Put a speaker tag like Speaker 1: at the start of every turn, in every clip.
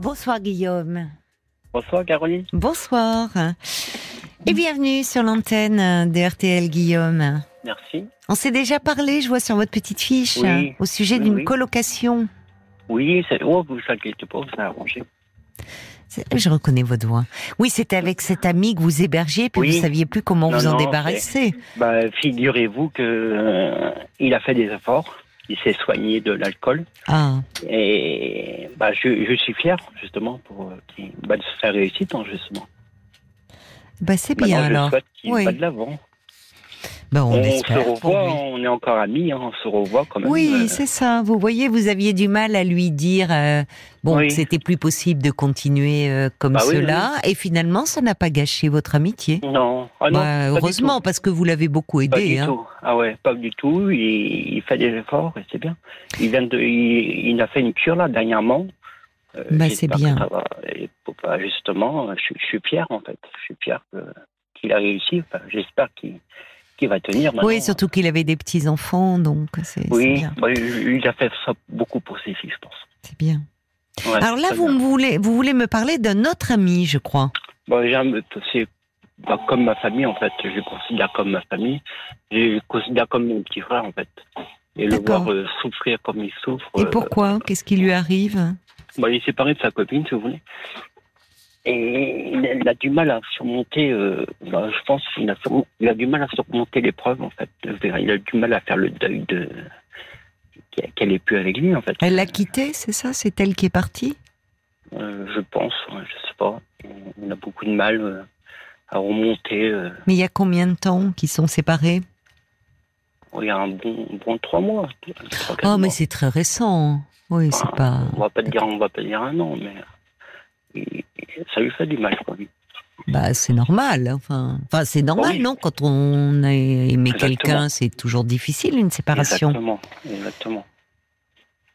Speaker 1: Bonsoir Guillaume.
Speaker 2: Bonsoir Caroline.
Speaker 1: Bonsoir. Et bienvenue sur l'antenne de RTL Guillaume.
Speaker 2: Merci.
Speaker 1: On s'est déjà parlé, je vois sur votre petite fiche,
Speaker 2: Oui.
Speaker 1: hein, au sujet
Speaker 2: Oui,
Speaker 1: d'une
Speaker 2: oui.
Speaker 1: colocation.
Speaker 2: Oui, c'est oh, vous inquiétez pas, vous arrangé.
Speaker 1: C'est- Je reconnais vos doigts. Oui, c'était avec cet ami que vous hébergiez, puis
Speaker 2: Oui.
Speaker 1: vous saviez plus comment
Speaker 2: Non,
Speaker 1: vous en
Speaker 2: non,
Speaker 1: débarrasser.
Speaker 2: Bah, figurez-vous que euh, il a fait des efforts, il s'est soigné de l'alcool
Speaker 1: Ah,
Speaker 2: et bah je, je suis fier justement pour euh, qu'il bah, de se faire réussite hein, justement.
Speaker 1: bah c'est
Speaker 2: Maintenant,
Speaker 1: bien
Speaker 2: je
Speaker 1: alors.
Speaker 2: souhaite qu'il
Speaker 1: Oui.
Speaker 2: va de l'avant.
Speaker 1: Bah, on,
Speaker 2: se
Speaker 1: espère pour
Speaker 2: revoit,
Speaker 1: lui.
Speaker 2: on est encore amis, hein, on se revoit quand même.
Speaker 1: Oui,
Speaker 2: euh,
Speaker 1: c'est ça. Vous voyez, vous aviez du mal à lui dire euh, bon,
Speaker 2: Oui.
Speaker 1: que c'était plus possible de continuer euh, comme
Speaker 2: Bah oui,
Speaker 1: cela, et finalement, ça n'a pas gâché votre amitié.
Speaker 2: Non, ah
Speaker 1: Bah,
Speaker 2: non, pas du
Speaker 1: heureusement,
Speaker 2: tout.
Speaker 1: parce que vous l'avez beaucoup
Speaker 2: Pas du
Speaker 1: aidé. hein.
Speaker 2: tout. Ah ouais, pas du tout. Il, il fait des efforts et c'est bien. Il vient de, il, il a fait une cure là dernièrement. Euh,
Speaker 1: Bah,
Speaker 2: j'espère
Speaker 1: c'est bien.
Speaker 2: que ça va. Et pour- bah, justement, je, je suis fier en fait. Je suis fier que- qu'il a réussi. Enfin, j'espère qu'il qu'il va tenir.
Speaker 1: Oui,
Speaker 2: maintenant. hein.
Speaker 1: surtout qu'il avait des petits enfants, donc c'est c'est
Speaker 2: Oui,
Speaker 1: bien.
Speaker 2: bah, il il a fait ça beaucoup pour ses filles, je pense.
Speaker 1: C'est bien.
Speaker 2: Ouais,
Speaker 1: Alors là,
Speaker 2: très
Speaker 1: vous
Speaker 2: bien.
Speaker 1: me voulez, vous voulez me parler d'un autre ami, je crois.
Speaker 2: Bah, j'aime- c'est bah, comme ma famille en fait. Je le considère comme ma famille. Je le considère comme mon petit frère en fait. Et le
Speaker 1: D'accord.
Speaker 2: voir euh, souffrir comme il souffre.
Speaker 1: Et
Speaker 2: euh,
Speaker 1: pourquoi Qu'est-ce qui lui arrive
Speaker 2: Bon, il est séparé de sa copine, si vous voulez. Et il a, il a du mal à surmonter, euh, bah, je pense qu'il a, surmon- il a du mal à surmonter l'épreuve, en fait. Je veux dire, Il a du mal à faire le deuil de qu'elle est plus avec lui, en fait.
Speaker 1: Elle l'a quitté, c'est ça C'est elle qui est partie
Speaker 2: Euh, je pense, ouais, je sais pas. On a beaucoup de mal euh, à remonter. euh,
Speaker 1: Mais il y a combien de temps qu'ils sont séparés
Speaker 2: il y a un bon, bon trois mois. trois, quatre
Speaker 1: Oh, mais
Speaker 2: mois.
Speaker 1: c'est très récent. Oui, c'est
Speaker 2: Enfin,
Speaker 1: pas.
Speaker 2: On va pas te dire, on va pas dire un an, mais il- il- ça lui fait du mal, quoi.
Speaker 1: Bah, c'est normal. Enfin, enfin c'est normal,
Speaker 2: Oui.
Speaker 1: non Quand on a aimé
Speaker 2: Exactement.
Speaker 1: quelqu'un, c'est toujours difficile une séparation.
Speaker 2: Exactement, exactement.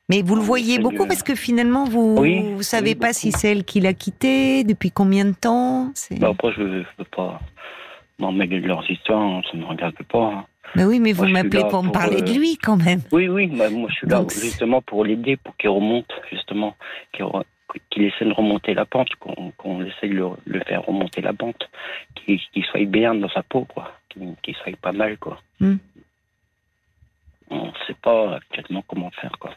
Speaker 1: Mais vous le
Speaker 2: Oui,
Speaker 1: voyez
Speaker 2: c'est
Speaker 1: beaucoup
Speaker 2: le-
Speaker 1: parce que finalement, vous
Speaker 2: Oui,
Speaker 1: vous savez
Speaker 2: oui,
Speaker 1: pas
Speaker 2: beaucoup.
Speaker 1: si c'est elle qui l'a quitté, depuis combien de temps. c'est-
Speaker 2: Bah après, je ne peux pas m'en mêler de leurs histoires, hein, ça ne me regarde pas.
Speaker 1: Mais oui, mais vous
Speaker 2: moi, je suis
Speaker 1: m'appelez
Speaker 2: là
Speaker 1: pour me
Speaker 2: pour,
Speaker 1: parler de
Speaker 2: euh,
Speaker 1: lui quand même.
Speaker 2: Oui, oui, bah, moi je suis là
Speaker 1: Donc, c'est-
Speaker 2: justement pour l'aider, pour qu'il remonte, justement, qu'il re- qu'il essaie de remonter la pente, qu'on qu'on essaie de le, le faire remonter la pente, qu'il qu'il soit bien dans sa peau, quoi, qu'il qu'il soit pas mal, quoi.
Speaker 1: Hmm.
Speaker 2: On ne sait pas actuellement comment faire, quoi.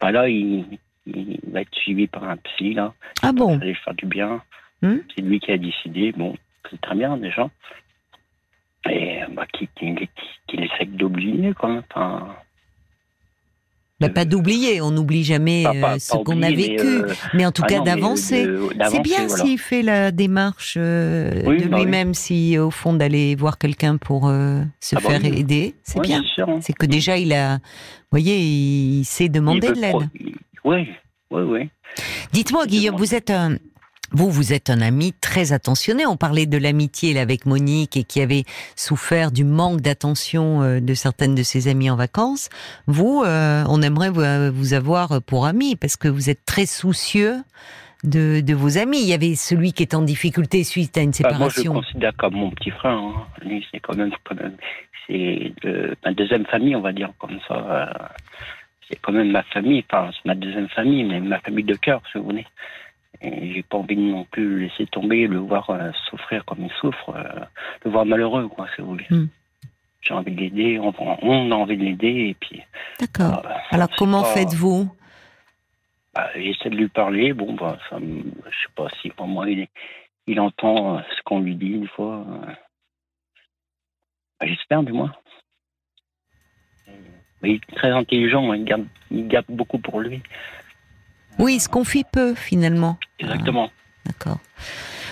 Speaker 2: Bah là, il, il va être suivi par un psy, là.
Speaker 1: Ah bon
Speaker 2: Ça lui faire du bien.
Speaker 1: Hmm.
Speaker 2: C'est lui qui a décidé, bon, c'est très bien déjà. Et bah, qu'il qui, essaie d'oublier, quoi. Enfin,
Speaker 1: bah, Pas d'oublier, on n'oublie jamais
Speaker 2: euh, pas-
Speaker 1: euh,
Speaker 2: pas- pas
Speaker 1: ce qu'on a
Speaker 2: oublier, mais,
Speaker 1: vécu, mais,
Speaker 2: euh,
Speaker 1: en tout
Speaker 2: ah
Speaker 1: cas
Speaker 2: non, mais, euh,
Speaker 1: d'avancer.
Speaker 2: de-
Speaker 1: C'est
Speaker 2: d'avancer,
Speaker 1: bien
Speaker 2: voilà.
Speaker 1: s'il fait la démarche euh,
Speaker 2: Oui,
Speaker 1: de
Speaker 2: bah oui.
Speaker 1: lui-même, si au fond d'aller voir quelqu'un pour euh, se
Speaker 2: Ah bah
Speaker 1: faire
Speaker 2: oui.
Speaker 1: aider, c'est
Speaker 2: Ouais,
Speaker 1: bien.
Speaker 2: sûr, hein.
Speaker 1: C'est que déjà il a, vous voyez, il s'est demandé
Speaker 2: Il
Speaker 1: de
Speaker 2: veut
Speaker 1: l'aide.
Speaker 2: pro- Oui, oui, oui.
Speaker 1: Dites-moi,
Speaker 2: Il
Speaker 1: Guillaume,
Speaker 2: demande.
Speaker 1: vous êtes un. Vous, vous êtes un ami très attentionné. On parlait de l'amitié là, avec Monique et qui avait souffert du manque d'attention euh, de certaines de ses amies en vacances. Vous, euh, on aimerait vous, euh, vous avoir pour ami parce que vous êtes très soucieux de, de vos amis. Il y avait celui qui est en difficulté suite à une
Speaker 2: Bah, moi, je le
Speaker 1: séparation.
Speaker 2: considère comme mon petit frère. hein. Lui, c'est quand même, quand même c'est de- ma deuxième famille, on va dire comme ça. euh, c'est quand même ma famille, enfin, c'est ma deuxième famille, mais ma famille de cœur, si vous voulez. Et j'ai pas envie de non plus le laisser tomber, le voir euh, souffrir comme il souffre, euh, le voir malheureux, quoi, si vous voulez.
Speaker 1: Hmm.
Speaker 2: J'ai envie de l'aider, on, on a envie de l'aider, et puis.
Speaker 1: D'accord.
Speaker 2: bah,
Speaker 1: Alors
Speaker 2: c'est
Speaker 1: comment
Speaker 2: pas-
Speaker 1: faites-vous
Speaker 2: bah, J'essaie de lui parler, bon, bah, ça, me- je sais pas si pour moi il, est- il entend euh, ce qu'on lui dit une fois. euh. Bah, J'espère, du moins. Mais il est très intelligent, hein, il garde, il garde beaucoup pour lui.
Speaker 1: Oui, il se confie peu finalement.
Speaker 2: Exactement.
Speaker 1: D'accord.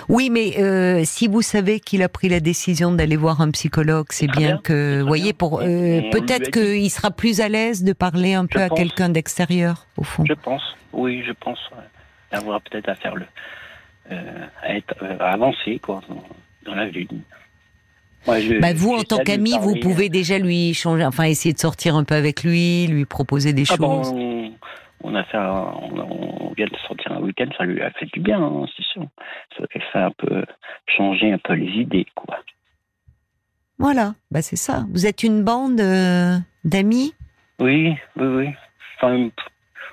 Speaker 1: Oui, mais euh, si vous savez qu'il a pris la décision d'aller voir un psychologue, c'est
Speaker 2: très
Speaker 1: bien,
Speaker 2: bien,
Speaker 1: que, vous voyez, pour
Speaker 2: On-
Speaker 1: euh,
Speaker 2: on lui
Speaker 1: peut-être
Speaker 2: a dit.
Speaker 1: qu'il sera plus à l'aise de parler un
Speaker 2: Je
Speaker 1: peu à
Speaker 2: pense.
Speaker 1: quelqu'un d'extérieur, au fond.
Speaker 2: Je pense, oui, je pense ouais, d'avoir peut-être à faire le. euh, à, être, euh, à avancer, quoi, dans, dans la vie. Moi, je-
Speaker 1: Bah, vous, en
Speaker 2: j'essaie
Speaker 1: tant
Speaker 2: de lui
Speaker 1: qu'ami, vous
Speaker 2: parler, euh,
Speaker 1: pouvez déjà lui changer, enfin essayer de sortir un peu avec lui, lui proposer des
Speaker 2: Ah bah,
Speaker 1: choses.
Speaker 2: on, on a fait un- on, on vient de sortir un week-end, ça lui a fait du bien, hein, c'est sûr. Ça lui a fait un peu changer un peu les idées, quoi.
Speaker 1: Voilà, bah c'est ça. Vous êtes une bande euh, d'amis.
Speaker 2: Oui, oui, oui. Enfin, pff,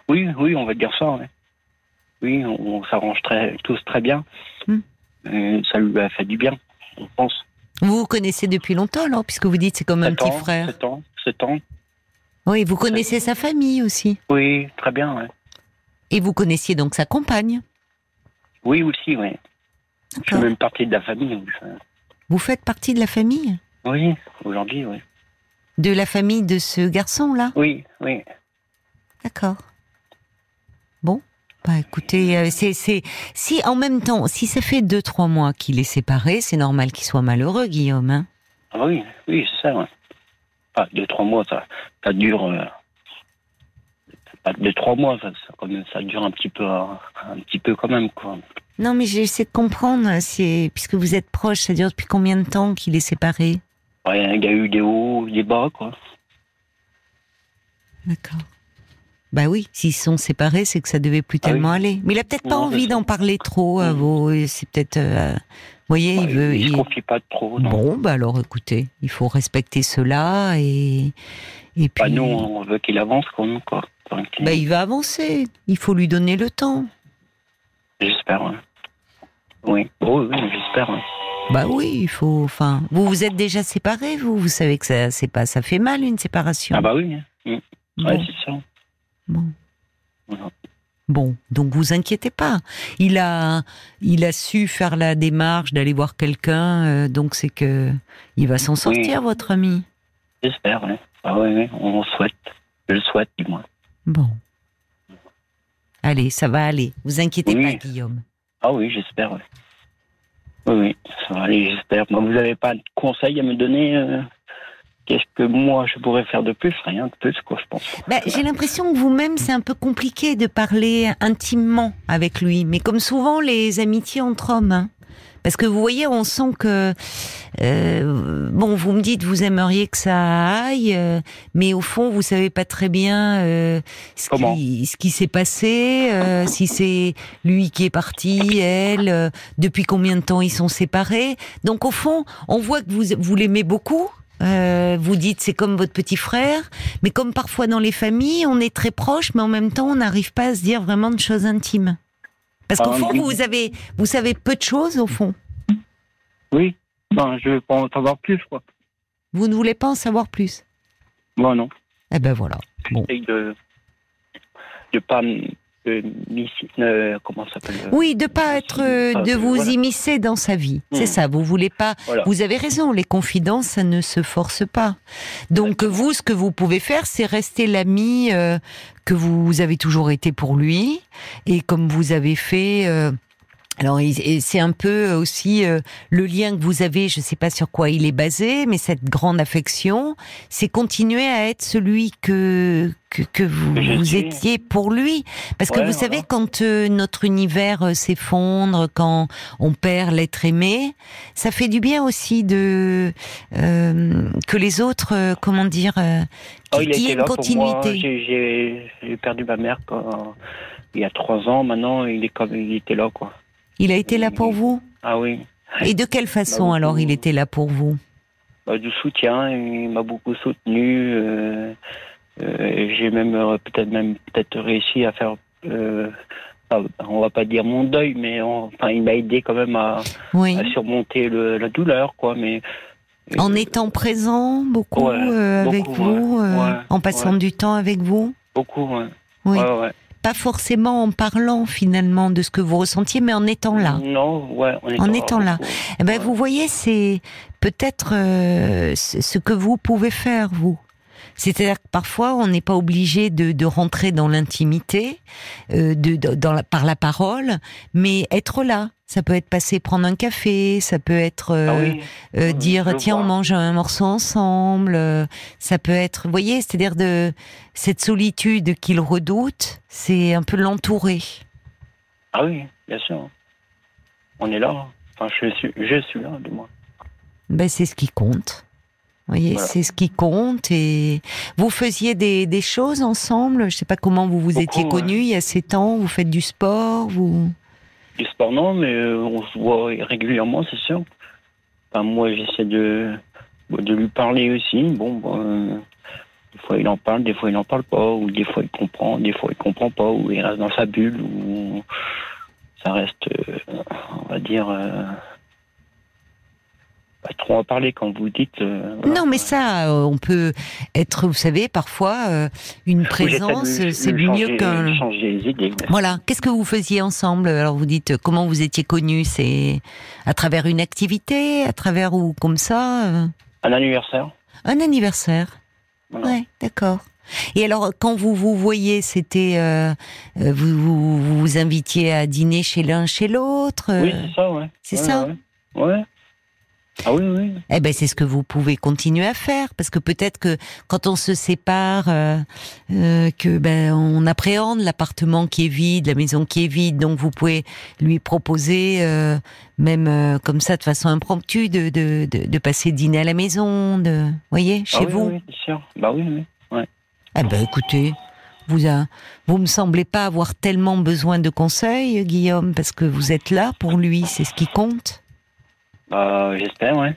Speaker 2: oui, oui, on va dire ça, ouais. oui, on, on s'arrange très, tous très bien.
Speaker 1: Hmm.
Speaker 2: Euh, ça lui a fait du bien, on pense.
Speaker 1: Vous vous connaissez depuis longtemps, alors, puisque vous dites c'est comme un
Speaker 2: Sept
Speaker 1: petit
Speaker 2: ans,
Speaker 1: frère.
Speaker 2: sept ans, sept ans.
Speaker 1: Oui, vous connaissez sa famille aussi.
Speaker 2: Oui, très bien. ouais.
Speaker 1: Et vous connaissiez donc sa compagne.
Speaker 2: Oui, aussi, oui. Je
Speaker 1: D'accord.
Speaker 2: suis même partie de la famille. donc, euh,
Speaker 1: Vous faites partie de la famille
Speaker 2: Oui, aujourd'hui, oui.
Speaker 1: De la famille de ce garçon-là
Speaker 2: Oui, oui.
Speaker 1: D'accord. Bon. Bah écoutez, euh, c'est, c'est, si en même temps, si ça fait deux, trois mois qu'il est séparé, c'est normal qu'il soit malheureux, Guillaume. hein.
Speaker 2: Ah oui, oui, c'est ça. ouais. Pas deux, trois mois, ça, ça dure. euh, Pas deux, trois mois, ça, ça, quand même, ça dure un petit peu, euh, un petit peu quand même, quoi.
Speaker 1: Non, mais j'essaie de comprendre, c'est, puisque vous êtes proche, ça dure depuis combien de temps qu'il est séparé
Speaker 2: Ouais, Il y a eu des hauts, des bas, quoi.
Speaker 1: D'accord. Bah oui, s'ils sont séparés, c'est que ça devait plus
Speaker 2: Ah oui.
Speaker 1: tellement aller. Mais il a peut-être pas
Speaker 2: Non,
Speaker 1: envie
Speaker 2: c'est ça.
Speaker 1: d'en parler trop à
Speaker 2: Mm.
Speaker 1: vos, c'est peut-être, euh, vous voyez,
Speaker 2: Ouais,
Speaker 1: il veut,
Speaker 2: il se
Speaker 1: il-
Speaker 2: confie pas trop. Non.
Speaker 1: Bon, bah alors écoutez, il faut respecter cela et, et puis.
Speaker 2: Bah, nous, on veut qu'il avance, quand même, quoi. Donc, il-
Speaker 1: Bah, il va avancer, il faut lui donner le temps.
Speaker 2: J'espère, ouais. oui. Oh, oui, j'espère. ouais.
Speaker 1: Bah oui, il faut. Enfin, vous vous êtes déjà séparés, vous Vous savez que ça, c'est pas, ça fait mal une séparation.
Speaker 2: Ah bah oui, hein. Mm. ouais,
Speaker 1: Bon,
Speaker 2: c'est ça.
Speaker 1: bon.
Speaker 2: Voilà.
Speaker 1: Bon, donc vous inquiétez pas. Il a, il a su faire la démarche d'aller voir quelqu'un, euh, donc c'est que il va s'en sortir, votre ami.
Speaker 2: J'espère, oui. Ah oui, oui, on souhaite. Je le souhaite, du moins.
Speaker 1: Bon. Allez, ça va aller. Vous inquiétez
Speaker 2: Oui.
Speaker 1: pas, Guillaume.
Speaker 2: Ah oui, j'espère, oui. Oui, oui, ça va aller, j'espère. Moi, vous n'avez pas de conseils à me donner euh, Qu'est-ce que moi, je pourrais faire de plus Rien de plus, quoi, je pense.
Speaker 1: Bah, J'ai l'impression que vous-même, c'est un peu compliqué de parler intimement avec lui, mais comme souvent les amitiés entre hommes. hein. Parce que vous voyez, on sent que... euh, bon, vous me dites, vous aimeriez que ça aille, euh, mais au fond, vous savez pas très bien euh, ce
Speaker 2: Comment
Speaker 1: qui, ce qui s'est passé, euh, si c'est lui qui est parti, elle, euh, depuis combien de temps ils sont séparés. Donc au fond, on voit que vous, vous l'aimez beaucoup. Euh, vous dites c'est comme votre petit frère, mais comme parfois dans les familles, on est très proche, mais en même temps, on n'arrive pas à se dire vraiment de choses intimes. Parce qu'au
Speaker 2: Ah,
Speaker 1: fond,
Speaker 2: oui.
Speaker 1: vous avez, vous savez peu de choses au fond.
Speaker 2: Oui, ben, je veux pas en savoir plus, quoi.
Speaker 1: Vous ne voulez pas en savoir plus.
Speaker 2: Bon, non.
Speaker 1: Eh ben voilà. Bon.
Speaker 2: J'essaye de de pas me- de m'y- euh, comment ça s'appelle euh,
Speaker 1: Oui, de pas être, euh,
Speaker 2: Ah,
Speaker 1: de vous
Speaker 2: voilà.
Speaker 1: immiscer dans sa vie. C'est
Speaker 2: Hmm.
Speaker 1: ça. Vous voulez pas.
Speaker 2: Voilà.
Speaker 1: Vous avez raison. Les confidences, ça ne se force pas. Donc vous, ce que vous pouvez faire, c'est rester l'ami euh, que vous avez toujours été pour lui, et comme vous avez fait. euh, alors, et- et c'est un peu aussi euh, le lien que vous avez, je ne sais pas sur quoi il est basé, mais cette grande affection, c'est continuer à être celui que, que, que vous,
Speaker 2: Que je
Speaker 1: vous
Speaker 2: suis.
Speaker 1: étiez pour lui. Parce que
Speaker 2: Ouais,
Speaker 1: vous
Speaker 2: voilà.
Speaker 1: savez, quand euh, notre univers euh, s'effondre, quand on perd l'être aimé, ça fait du bien aussi de euh, que les autres, euh, comment dire, euh,
Speaker 2: Oh,
Speaker 1: qu'il
Speaker 2: il a
Speaker 1: y
Speaker 2: été
Speaker 1: ait une
Speaker 2: là pour moi.
Speaker 1: continuité.
Speaker 2: J'ai- J'ai j'ai perdu ma mère quand- il y a trois ans. Maintenant, il est comme il était là, quoi.
Speaker 1: il a été là pour vous.
Speaker 2: Ah oui,
Speaker 1: Et de quelle façon
Speaker 2: Bah, beaucoup.
Speaker 1: alors il était là pour vous
Speaker 2: Bah, du soutien. Il m'a beaucoup soutenu. euh, euh, J'ai même euh, peut-être même peut-être réussi à faire. euh, ah, on va pas dire mon deuil, mais on- enfin, il m'a aidé quand même à,
Speaker 1: Oui.
Speaker 2: à surmonter le- la douleur, quoi. Mais
Speaker 1: En étant présent beaucoup
Speaker 2: Ouais,
Speaker 1: euh, avec
Speaker 2: beaucoup,
Speaker 1: vous,
Speaker 2: ouais,
Speaker 1: euh,
Speaker 2: ouais,
Speaker 1: en passant
Speaker 2: ouais.
Speaker 1: du temps avec vous.
Speaker 2: beaucoup. ouais.
Speaker 1: Oui.
Speaker 2: Ouais, ouais.
Speaker 1: Pas forcément en parlant finalement de ce que vous ressentiez, mais en étant là.
Speaker 2: Non, ouais, en étant,
Speaker 1: En étant là.
Speaker 2: beaucoup.
Speaker 1: Eh ben,
Speaker 2: Ouais.
Speaker 1: vous voyez, c'est peut-être euh, ce ce que vous pouvez faire, vous. C'est-à-dire que parfois, on n'est pas obligé de, de rentrer dans l'intimité, euh, de, de- dans la, par la parole, mais être là. Ça peut être passer prendre un café, ça peut être
Speaker 2: Ah
Speaker 1: euh,
Speaker 2: oui.
Speaker 1: euh,
Speaker 2: Oui,
Speaker 1: dire
Speaker 2: je
Speaker 1: tiens on
Speaker 2: vois.
Speaker 1: mange un morceau ensemble euh, ça peut être vous voyez c'est-à-dire de cette solitude qu'il redoute c'est un peu l'entourer
Speaker 2: Ah oui, bien sûr. On est là. Enfin, je suis, je suis là, du moins.
Speaker 1: ben c'est ce qui compte vous voyez
Speaker 2: Voilà.
Speaker 1: c'est ce qui compte et vous faisiez des, des choses ensemble je sais pas comment vous vous
Speaker 2: Beaucoup,
Speaker 1: étiez
Speaker 2: ouais.
Speaker 1: connus il y a sept ans vous faites du sport vous
Speaker 2: Du sport, non, mais euh, on se voit régulièrement, c'est sûr. Enfin, moi, j'essaie de, de lui parler aussi. Bon, bah, euh, Des fois, il en parle, des fois, il n'en parle pas, ou des fois, il comprend, des fois, il comprend pas, ou il reste dans sa bulle, ou ça reste, euh, on va dire, euh, pas trop en parler quand vous dites. euh, voilà.
Speaker 1: Non, mais ça, euh, on peut être, vous savez, parfois, euh, une
Speaker 2: Vous êtes à lui-
Speaker 1: présence, euh,
Speaker 2: lui
Speaker 1: c'est
Speaker 2: changer- euh,
Speaker 1: mieux qu'un.
Speaker 2: Changer les idées.
Speaker 1: Voilà. Qu'est-ce que vous faisiez ensemble Alors, vous dites euh, comment vous étiez connus C'est à travers une activité, à travers ou comme ça euh,
Speaker 2: Un anniversaire.
Speaker 1: Un anniversaire.
Speaker 2: Voilà.
Speaker 1: Ouais, d'accord. Et alors, euh, quand vous vous voyez, c'était euh, euh, vous, vous vous vous invitiez à dîner chez l'un, chez l'autre. euh,
Speaker 2: Oui, c'est ça, ouais.
Speaker 1: c'est
Speaker 2: Ouais,
Speaker 1: ça
Speaker 2: ouais. Ouais. Ah oui, oui.
Speaker 1: Eh ben, c'est ce que vous pouvez continuer à faire, parce que peut-être que quand on se sépare, euh, euh, que ben on appréhende l'appartement qui est vide, la maison qui est vide, donc vous pouvez lui proposer, euh, même euh, comme ça, de façon impromptue, de, de, de, de passer dîner à la maison, de, voyez, chez
Speaker 2: Ah oui,
Speaker 1: vous.
Speaker 2: oui, c'est sûr. Bah oui, oui.
Speaker 1: Eh ben, écoutez. Vous, a, vous me semblez pas avoir tellement besoin de conseils, Guillaume, parce que vous êtes là pour lui, c'est ce qui compte.
Speaker 2: Bah, j'espère, ouais.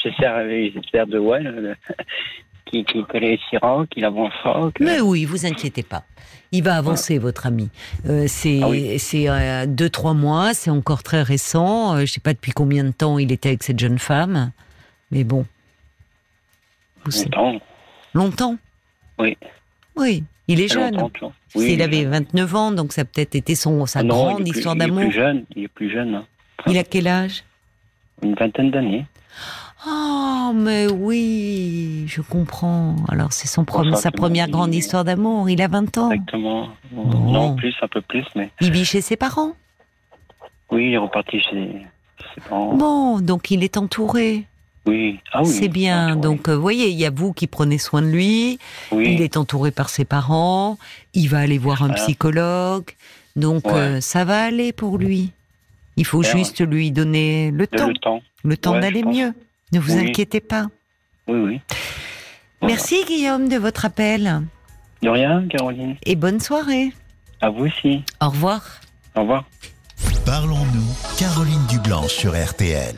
Speaker 2: J'espère, j'espère de ouais, le- le- qui, qui réussira, qu'il avancera. Que...
Speaker 1: Mais oui, vous inquiétez pas. Il va avancer, votre ami. Euh, c'est
Speaker 2: Ah oui.
Speaker 1: c'est euh, deux trois mois, c'est encore très récent. Euh, je sais pas depuis combien de temps il était avec cette jeune femme, mais bon, vous savez.
Speaker 2: Longtemps,
Speaker 1: longtemps.
Speaker 2: Oui.
Speaker 1: Oui, il est
Speaker 2: très
Speaker 1: jeune.
Speaker 2: longtemps, tu vois.
Speaker 1: S'il
Speaker 2: il est
Speaker 1: avait
Speaker 2: jeune.
Speaker 1: 29 ans, donc ça a peut-être été son sa
Speaker 2: Non, il est
Speaker 1: grande
Speaker 2: plus-
Speaker 1: histoire d'amour.
Speaker 2: Il est plus jeune, il est plus jeune, hein.
Speaker 1: Il a quel âge
Speaker 2: une vingtaine d'années.
Speaker 1: Oh, mais oui, je comprends. Alors c'est son premier,
Speaker 2: Bonsoir,
Speaker 1: sa
Speaker 2: tout le
Speaker 1: première
Speaker 2: monde.
Speaker 1: grande histoire d'amour. Il a 20 ans.
Speaker 2: Exactement.
Speaker 1: Oh. Bon.
Speaker 2: Non, plus, un peu plus, mais
Speaker 1: Il vit chez ses parents.
Speaker 2: oui, il est reparti chez chez ses parents.
Speaker 1: Bon, donc il est entouré.
Speaker 2: Oui. Ah oui.
Speaker 1: C'est bien.
Speaker 2: Ah, oui.
Speaker 1: Donc, euh, vous voyez, il y a vous qui prenez soin de lui.
Speaker 2: Oui.
Speaker 1: Il est entouré par ses parents. Il va aller voir un
Speaker 2: Voilà.
Speaker 1: psychologue. Donc,
Speaker 2: Ouais.
Speaker 1: euh, ça va aller pour lui. Il faut
Speaker 2: Super,
Speaker 1: juste lui donner le
Speaker 2: De
Speaker 1: temps,
Speaker 2: le temps.
Speaker 1: le temps
Speaker 2: Ouais, je
Speaker 1: d'aller
Speaker 2: pense.
Speaker 1: mieux. Ne vous
Speaker 2: Oui.
Speaker 1: inquiétez pas.
Speaker 2: Oui, oui. Voilà.
Speaker 1: Merci Guillaume de votre appel
Speaker 2: De rien, Caroline.
Speaker 1: et bonne soirée.
Speaker 2: À vous aussi.
Speaker 1: Au revoir.
Speaker 2: Au revoir.
Speaker 3: Parlons-nous, Caroline Dublanc sur RTL.